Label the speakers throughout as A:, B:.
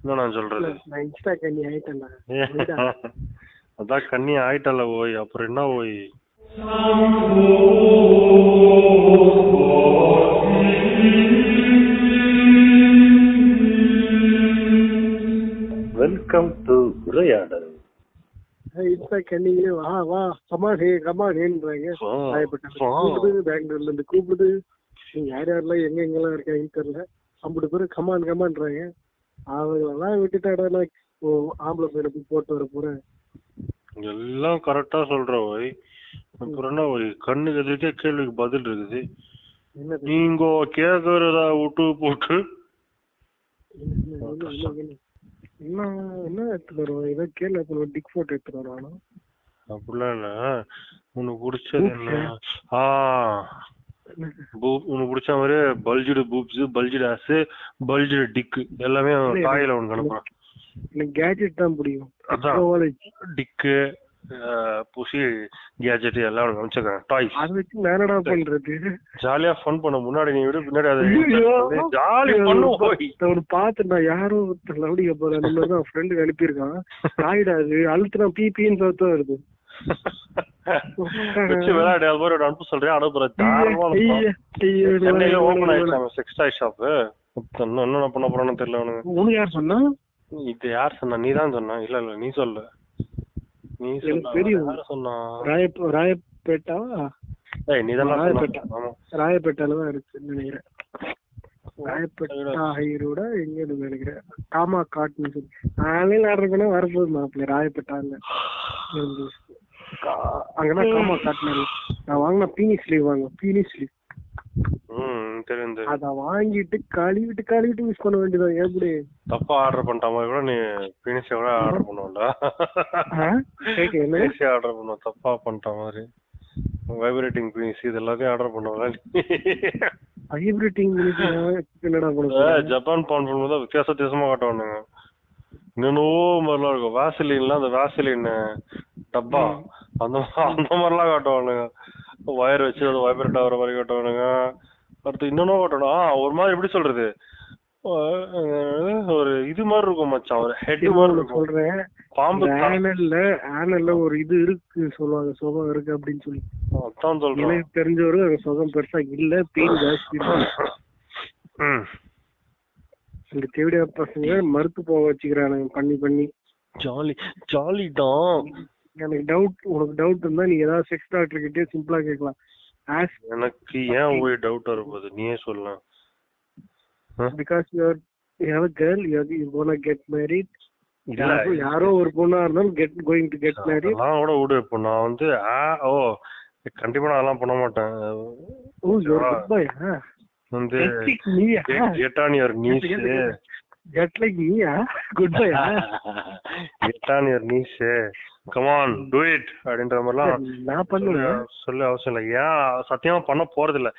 A: இன்னும் நான் சொல்றது
B: நான் இன்ஸ்டா கண்ணி ஆயிட்டேன்டா விடுடா.
A: அதான் கண்ணி ஆயிட்டல ஓய் அப்புறம் என்ன ஓய் வெல்கம் டு உரையாடல்
B: இன்ஸ்டா கண்ணிங்களே வா வா கமான் ஹே கமான் ஹேன்றாங்க
A: வா,
B: பயப்பட்டேன்
A: வா.
B: கூப்பிடுது பெங்களூர்ல இருந்து கூப்பிடுது நீங்க யார் யாரெல்லாம் எங்க எங்கெல்லாம் இருக்காங்கன்னு தெரியல ஐம்பது பேர் கமான் கமான்றாங்க அவங்களெல்லாம் விட்டுட்டாடா நான் ஓ ஆம்பளை பையனை போய் போட்டு வர போறேன்
A: எல்லாம் கரெக்டா சொல்ற ஓய் அப்புறம் என்ன ஓய் கண்ணுக்கு எதிர்க்கே கேள்விக்கு பதில் இருக்குது
B: என்னது
A: நீங்க கேக்குறதா விட்டு போட்டு
B: என்ன- என்ன- என்ன- என்ன- என்ன என்ன எடுத்துட்டு வருவான் ஏதோ கேள்வி அப்புறம் டிக் போட்டோ எடுத்துட்டு வருவானா
A: அப்படிலாம் இல்ல உனக்கு பிடிச்சது என்ன ஆ பூப் உனக்கு பிடிச்ச மாதிரி பல்ஜிடு பூப்ஸ் பல்ஜிடு ஆஸ் பல்ஜிடு டிக்கு எல்லாமே அவன் காயில உனக்கு அனுப்புறான்
B: எனக்கு கேஜெட் தான் பிடிக்கும்
A: அதான்.
B: Technology.
A: டிக்கு புசி கேஜெட் எல்லாம் உனக்கு அனுப்பிச்சிருக்கேன் டாய்ஸ்
B: அதை வச்சு நான் என்னடா பண்றது
A: ஜாலியா ஃபன் பண்ண முன்னாடி நீ விட பின்னாடி
B: ஐயோ.
A: அதை ஜாலி பண்ணும் போய்
B: நான் ஒண்ணு பார்த்தேன்டா யாரோ ஒருத்தர் லவுடிக்க போற அந்த மாதிரி தான் ஃப்ரெண்டுக்கு அனுப்பியிருக்கான் காயிடா அது அழுத்துனா பி பின்னு சத்தம் வருது
A: வச்சு விளையாடு அது மாதிரி அனுப்ப சொல்றேன் அனுப்புற தாராளமா அனுப்புறான்.
B: ஐயா, ஐயா,
A: சென்னையில ஓபன்
B: ஐயா.
A: ஆயிடுச்சு செக்ஸ் டாய் ஷாப் இன்னும் என்னென்ன பண்ண போறான்னு தெரியல அவனுங்க
B: உனக்கு யார் சொன்னா
A: இது யார் சொன்னா நீ தான் சொன்ன இல்ல இல்ல நீ சொல்ல நீ சொன்ன
B: எனக்கு தெரியும்.
A: யார் சொன்னா
B: ராயப் ராயப்பேட்டாவா
A: ஏய் நீ தான்
B: நான் கேட்டேன். ராயப்பேட்டால தான் இருக்குன்னு நினைக்கிறேன் ராயப்பேட்டா ஹைரோட எங்க இருந்து நினைக்கிறேன் காமா காட்டுன்னு சொல்லி ஆன்லைன் ஆர்டர் பண்ணா வரப்போகுது மாப்பிள்ளை ராயப்பேட்டால இருந்து. கா- அங்கதான் காமா காட்டுனாரு நான் வாங்கின பீனிஸ் லீவ் வாங்க பீனிஸ் லீவ்
A: ம் தெரியும் தெரியும்
B: அத வாங்கிட்டு கழுவிட்டு கழுவிட்டு யூஸ் பண்ண வேண்டியதான் எப்படி
A: தப்பா ஆர்டர் பண்ணிட்ட மாதிரி கூட நீ பினிஷ் கூட ஆர்டர் பண்ணுவல
B: ஆ? கேக்கு என்ன
A: பினிஷ் ஆர்டர் பண்ணுவ தப்பா பண்ணிட்ட மாதிரி வைப்ரேட்டிங் பினிஷ் இது எல்லாத்தையும் ஆர்டர் பண்ணுவல
B: ஹைபிரிட்டிங் என்னடா பண்ணுது
A: ஜப்பான் பவுன் பண்ணும்போது வித்தியாச வித்தியாசமா காட்டுவானுங்க என்னென்னோ மாதிரிலாம் இருக்கும் வேசலின்லாம் அந்த வேசலின் டப்பா அந்த மா- அந்த மாதிரிலாம் காட்டுவானுங்க ஒயர் வச்சு அது வைப்ரேட் ஆகுற மாதிரி காட்டுவானுங்க அடுத்து இன்னொன்னு காட்டணும் ஆ, ஒரு மாதிரி எப்படி சொல்றது அஹ் ஒரு இது மாதிரி இருக்கும் மச்சான் ஒரு ஹெட்
B: திரும்ப
A: மாதிரி
B: ஒண்ணு
A: இருக்கும்
B: சொல்றேன்
A: பாம்பு தா-
B: ஆனல்ல ஆனல்ல ஒரு இது இருக்கு சொல்லுவாங்க சுகம் இருக்கு அப்படின்னு சொல்லி
A: அதான் சொல்றேன்
B: எனக்கு தெரிஞ்சவரு அந்த சுகம் பெருசா இல்ல பெயின் ஜாஸ்தி இருக்கு.
A: ம்.
B: இந்த தேவிடியா பசங்க மறுத்து போக வச்சுக்கிறானுங்க பண்ணி பண்ணி
A: ஜாலி ஜாலி தான்
B: எனக்கு டவுட் உனக்கு டவுட் இருந்தா நீ ஏதாவது செக்ஸ் டாக்டர் கிட்டே சிம்பிளா கேட்கலாம் ஆஸ்
A: எனக்கு ஏன் போய் டவுட் வரும்போது நீயே சொல்லலாம்
B: because your your girl you gonna get married
A: இல்ல
B: யாரோ ஒரு பொண்ணா இருந்தாலும் get going to get married
A: அதெல்லாம் கூட விடு இப்போ நான் வந்து ஆ ஓ கண்டிப்பா நான் அதெல்லாம் பண்ண மாட்டேன்
B: ஓ யுவர் குட் பாய்
A: வந்து
B: நீயா
A: எட்டானியர் நீஸ்
B: கெட் லைக் நீயா குட் பாய்
A: எட்டானியர் நீஸ் கமான் டு இட் அப்படின்ற மாதிரிலாம்
B: நான் பண்ணுவேன்
A: சொல்ல அவசியம் இல்லை ஏன் சத்தியமா பண்ண போறது இல்ல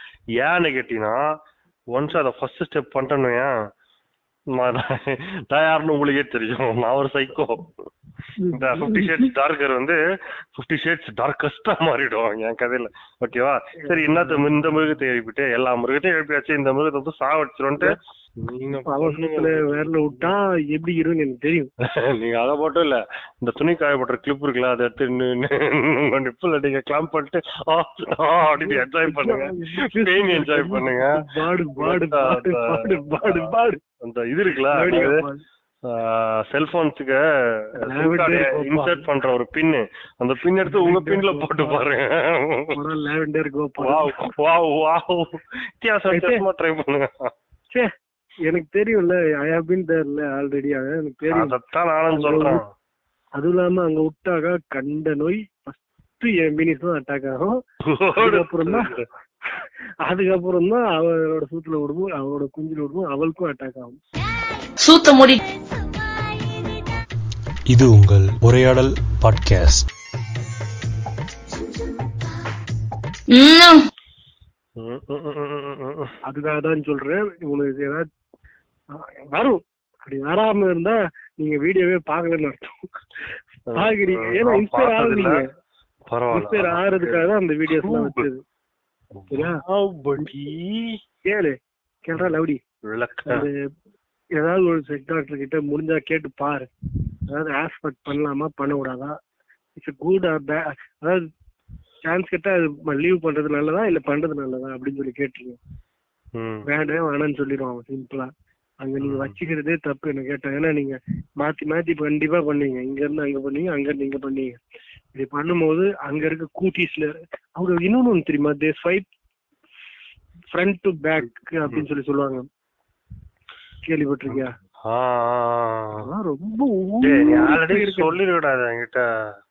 A: ஏன்னு கேட்டீங்கன்னா ஒன்ஸ் அத ஃபர்ஸ்ட் ஸ்டெப் பண்ணிட்டேன்னு வையேன், நான் நான் யாருன்னு உங்களுக்கே தெரியும் நான் ஒரு சைக்கோ இந்த ஃபிஃப்டி ஷேட்ஸ் டார்க்கர் வந்து ஃபிஃப்டி ஷேட்ஸ் டார்க்கஸ்டா மாறிடும் என் கதையில ஓகேவா சரி என்னத்த மி- இந்த மிருகத்தை எழுப்பிட்டு எல்லா மிருகத்தையும் எழுப்பியாச்சு இந்த மிருகத்தை வந்து சாவடிச்சிரும்ட்டு நீங்க
B: அவசரத்துல வேர்ல விட்டா எப்படி இருக்கும் எனக்கு தெரியும்
A: நீங்க அதை மட்டும் இல்ல இந்த துணி காயப்பட்ட கிளிப் இருக்குல்ல அதை எடுத்து நின்னு- நின்னு உங்க நிப்புல நீங்க கிளாம்ப் பண்ணிட்டு ஆ, ஆ அப்படின்னு என்ஜாய் பண்ணுங்க பெயின் என்ஜாய் பண்ணுங்க
B: பாடு பாடு பாடு பாடு பாடு பாடு
A: அந்த இது இருக்குல்ல
B: மறுபடியும் பாடு.
A: செல்போன்ஸுக்கு
B: Lavender கோபா.
A: இன்சர்ட் பண்ற ஒரு பின்னு அந்த பின் எடுத்து உங்க
B: Lavender
A: பின்ல
B: கோபா.
A: போட்டு பாருங்க
B: அப்புறம் lavender Gopal
A: wow wow wow வித்தியாசம் வித்தியாசமா ட்ரை பண்ணுங்க
B: ச்சே, எனக்கு தெரியும்ல ஐ ஹவ் பீன் தேர்ல ஆல்ரெடி எனக்கு தெரியும்
A: அதத்தான் நானும் சொல்றேன்
B: அதுவும் இல்லாம அங்க விட்டாக கண்ட நோய் ஃபர்ஸ்ட் என் மினிஸ் தான் அட்டாக் ஆகும் அதுக்கப்புறம் தான் அதுக்கப்புறம் தான் அவளோட சூத்துல விடுவோம் அவளோட குஞ்சில விடுவோம் அவளுக்கும் அட்டாக் ஆகும்
C: சூத்த மூடி
D: இது உங்கள் உரையாடல் பாட்காஸ்ட்
C: ம்ம்.
A: ம், ம், ம், ம், ம், ம், ம்.
B: அதுக்காக தான் சொல்றேன் உங்களுக்கு ஏதாவது அஹ், வரும் அப்படி வராம இருந்தா நீங்க வீடியோவே பாக்கலன்னு அர்த்தம் பாக்குறீங்க ஏன்னா
A: நான்
B: இன்ஸ்பயர்
A: பார்த்ததில்ல.
B: ஆகுறீங்க இன்ஸ்பயர்
A: பரவாயில்ல
B: ஆகுறதுக்காக தான் அந்த வீடியோஸ் எல்லாம் வச்சது சரியா
A: ஆவ் பட்டி
B: கேளு கேள்றா லவுடி
A: விளக்க
B: அந்த ஏதாவது ஒரு செட் டாக்டர் கிட்ட முடிஞ்சா கேட்டு பாரு அதாவது ஆஸ்பெக்ட் பண்ணலாமா பண்ண கூடாதா இட்ஸ் குட் அதாவது சான்ஸ் கேட்டா அது லீவ் பண்றது நல்லதா இல்ல பண்றது நல்லதா அப்படின்னு சொல்லி கேட்டுருங்க
A: ம்
B: வேண்டவே வேணாம்னு சொல்லிடுவாங்க சிம்பிளா அங்க நீங்க
A: ம்.
B: வச்சுக்கிறதே தப்பு என்ன கேட்டா ஏன்னா நீங்க மாத்தி மாத்தி கண்டிப்பா பண்ணீங்க இங்க இருந்து அங்க பண்ணீங்க அங்க இருந்து இங்க பண்ணீங்க இப்படி பண்ணும்போது அங்க இருக்க கூட்டிஸ்ல அவங்க இன்னொன்னு ஒண்ணு தெரியுமா they swipe front to back அப்படின்னு சொல்லி சொல்லுவாங்க கேள்விப்பட்டிருக்கியா
A: ஆ, ஆ, ஆ.
B: அதெல்லாம் ரொம்ப
A: டேய், நீ
B: ஊறி
A: ஆல்ரெடி
B: இருக்கு.
A: சொல்லிருக்கடாது என்கிட்ட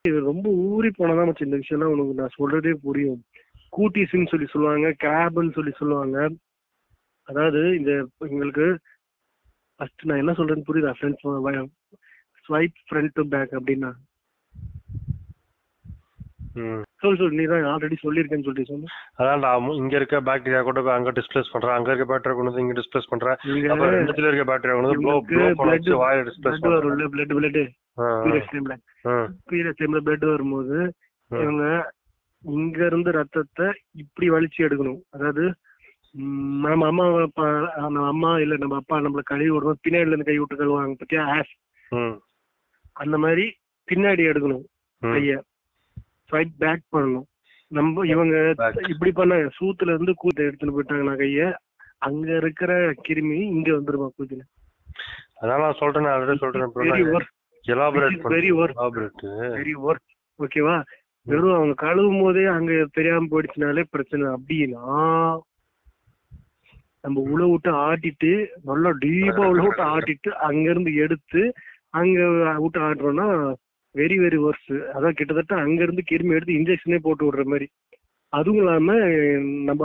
B: இது ரொம்ப ஊறி போனதான் மச்சி இந்த விஷயம்லாம் உனக்கு நான் சொல்றதே புரியும் கூட்டிஸ்ன்னு சொல்லி சொல்லுவாங்க கிராப்னு சொல்லி சொல்லுவாங்க அதாவது இந்த எங்களுக்கு ஃபர்ஸ்ட் நான் என்ன சொல்றேன்னு புரியுதா friends swipe front to back அப்படின்னா
A: ம்
B: சொல் சொல் நீ தான் ஆல்ரெடி சொல்லியிருக்கேன்னு சொல்லிட்டு சொல்லு
A: அதான்டா மு- இங்க இருக்க பாக்டீரியா கூட போய் அங்க டிஸ்பிளேஸ் பண்ற அங்க இருக்க பாக்டீரியா கொண்டு வந்து இங்க டிஸ்பிளேஸ் பண்ற
B: இங்க
A: அப்புறம் ரெண்டுத்துல இருக்க பாக்டீரியா கொண்டு வந்து ப்ளோ
B: இவனுக்கு
A: ப்ளோ கொண்டு
B: blood-
A: வச்சு வாயில டிஸ்பிளேஸ்
B: பிளட்
A: பண்ற
B: வரும் பிளட் பிளட்
A: ஆ,
B: பீரியட் டைம்ல
A: ஆ,
B: பீரியட் டைம்ல பிளட் வரும்போது
A: ஆ.
B: இவங்க இங்க இருந்து ரத்தத்தை இப்படி வலிச்சு எடுக்கணும் அதாவது ம், நம்ம அம்மா அப்பா நம்ம அம்மா இல்ல நம்ம அப்பா நம்மள கழுவி விடுறோம் பின்னாடில இருந்து கை விட்டு கழுவாங்க பத்தியா ஆஸ்
A: ம்,
B: அந்த மாதிரி பின்னாடி எடுக்கணும்
A: ம்,
B: கைய ஸ்வைப் பேக் பண்ணணும் நம்ம இவங்க
A: Back.
B: இப்படி பண்ணாங்க சூத்துல இருந்து கூத்த எடுத்துட்டு போயிட்டாங்கன்னா கைய அங்க இருக்கிற கிருமி இங்க வந்துருமா கூத்துல
A: அதான் நான் சொல்றேன் ஆல்ரெடி
B: வெரி
A: சொல்றேன்
B: ஒர்க்
A: எலாபரேட்
B: It is
A: பண்ணி
B: very worth.
A: Elaborate
B: very work ஓகேவா வெறும் அவங்க கழுவும் போதே அங்க தெரியாம போயிடுச்சுனாலே பிரச்சனை அப்படின்னா நம்ம உள்ள விட்டு ஆட்டிட்டு நல்லா டீப்பா உள்ள விட்டு ஆட்டிட்டு அங்க இருந்து எடுத்து அங்க விட்டு ஆடுறோம்னா வெரி வெரி ஒர்ஸ் அதான் கிட்டத்தட்ட அங்க இருந்து கிருமி எடுத்து இன்ஜெக்ஷனே போட்டு விடுற மாதிரி அதுவும் இல்லாம நம்ம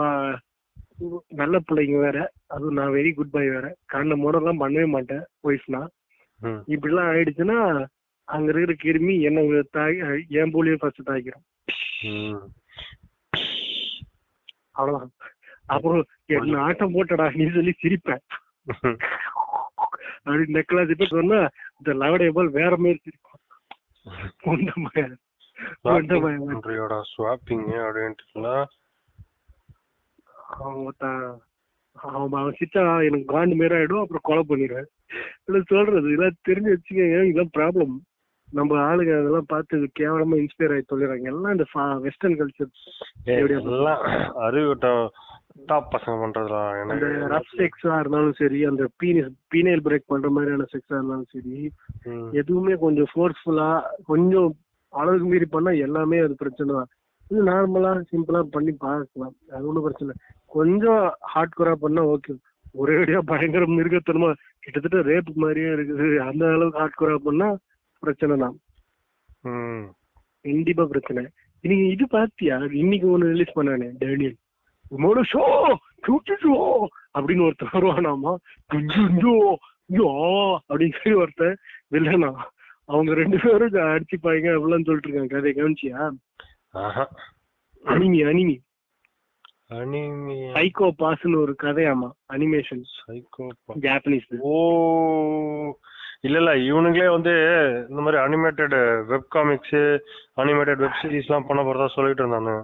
B: நல்ல பிள்ளைங்க வேற அதுவும் நான் வெரி குட் பை வேற கண்ண மூடெல்லாம் பண்ணவே மாட்டேன் ஒய்ஃப்னா
A: ம்
B: இப்படிலாம் ஆயிடுச்சுன்னா அங்க இருக்கிற கிருமி என்ன உங்க தாய் அஹ் என் போலியே ஃபர்ஸ்ட் தாக்கிரும்
A: ம்
B: அவ்வளவுதான் அப்புறம் என்ன ஆட்டம் போட்டடா நீ சொல்லி சிரிப்பேன் அப்படி நெக்கலா சிரிப்பு சொன்னா இந்த லவடைய போல் வேற மாதிரி சிரிக்கும் கொண்ட மகன். கொண்ட மகன்.
A: பண்றியோட ஸ்வாப்பிங் அப்படின்ட்டுல
B: அவன் ஒருத்தன் அவன் அவன் சிச்சா எனக்கு காண்டு மாரி ஆயிடும் அப்புறம் கொலை பண்ணிடுவேன் இல்ல சொல்றது இதெல்லாம் தெரிஞ்சு வச்சுக்கோங்க இதெல்லாம் ப்ராப்ளம் நம்ம ஆளுங்க அதெல்லாம் பார்த்து கேவலமா இன்ஸ்பயர் ஆகி சொல்லிடுறாங்க எல்லாம் இந்த வெஸ்டர்ன் கல்ச்சர் எப்படியா
A: எல்லாம் அறிவு டாப் பசங்க பண்றதுடா
B: அந்த ரஃப்
A: எனக்கு
B: செக்ஸா இருந்தாலும் சரி அந்த பீனிஸ் பீனைல் பிரேக் பண்ற மாதிரியான செக்ஸா இருந்தாலும் சரி
A: ம்,
B: எதுவுமே கொஞ்சம் ஃபோர்ஸ்ஃபுல்லா கொஞ்சம் அளவுக்கு மீறி பண்ணா எல்லாமே அது பிரச்சனை தான் இது நார்மலா சிம்பிளா பண்ணி பார்க்கலாம் அது ஒன்றும் பிரச்சனை இல்ல. கொஞ்சம் ஹார்ட் கோரா பண்ணா ஓகே ஒரே அடியா பயங்கர மிருகத்தனமா கிட்டத்தட்ட ரேப் மாதிரியே இருக்குது அந்த அளவுக்கு ஹார்ட் கோரா பண்ணா பிரச்சனை தான்
A: ம்
B: கண்டிப்பா பிரச்சனை நீங்க இது பாத்தியா இன்னைக்கு ஒண்ணு ரிலீஸ் பண்ணானே டேனியல் உன்னோட ஷோ ஷோ அப்படின்னு ஒருத்தர் வருவானாமா குஞ்சு குஞ்சு, யோ அப்படின்னு சொல்லி ஒருத்தன் வில்லனா அவங்க ரெண்டு பேரும் ஜா- அடிச்சுப்பாங்க அப்படிலாம் சொல்லிட்டு இருக்காங்க கதையை கவனிச்சியா
A: ஆஹா
B: அனிமி அனிமி
A: அனிமியா
B: சைக்கோ பாஸ்னு ஒரு கதையாமா அனிமேஷன்
A: சைக்கோபா
B: ஜாப்பனீஸ்
A: ஓ இல்ல இல்ல இவனுங்களே வந்து இந்த மாதிரி animated web comics animated web series எல்லாம் பண்ண போறதா சொல்லிட்டு இருந்தானு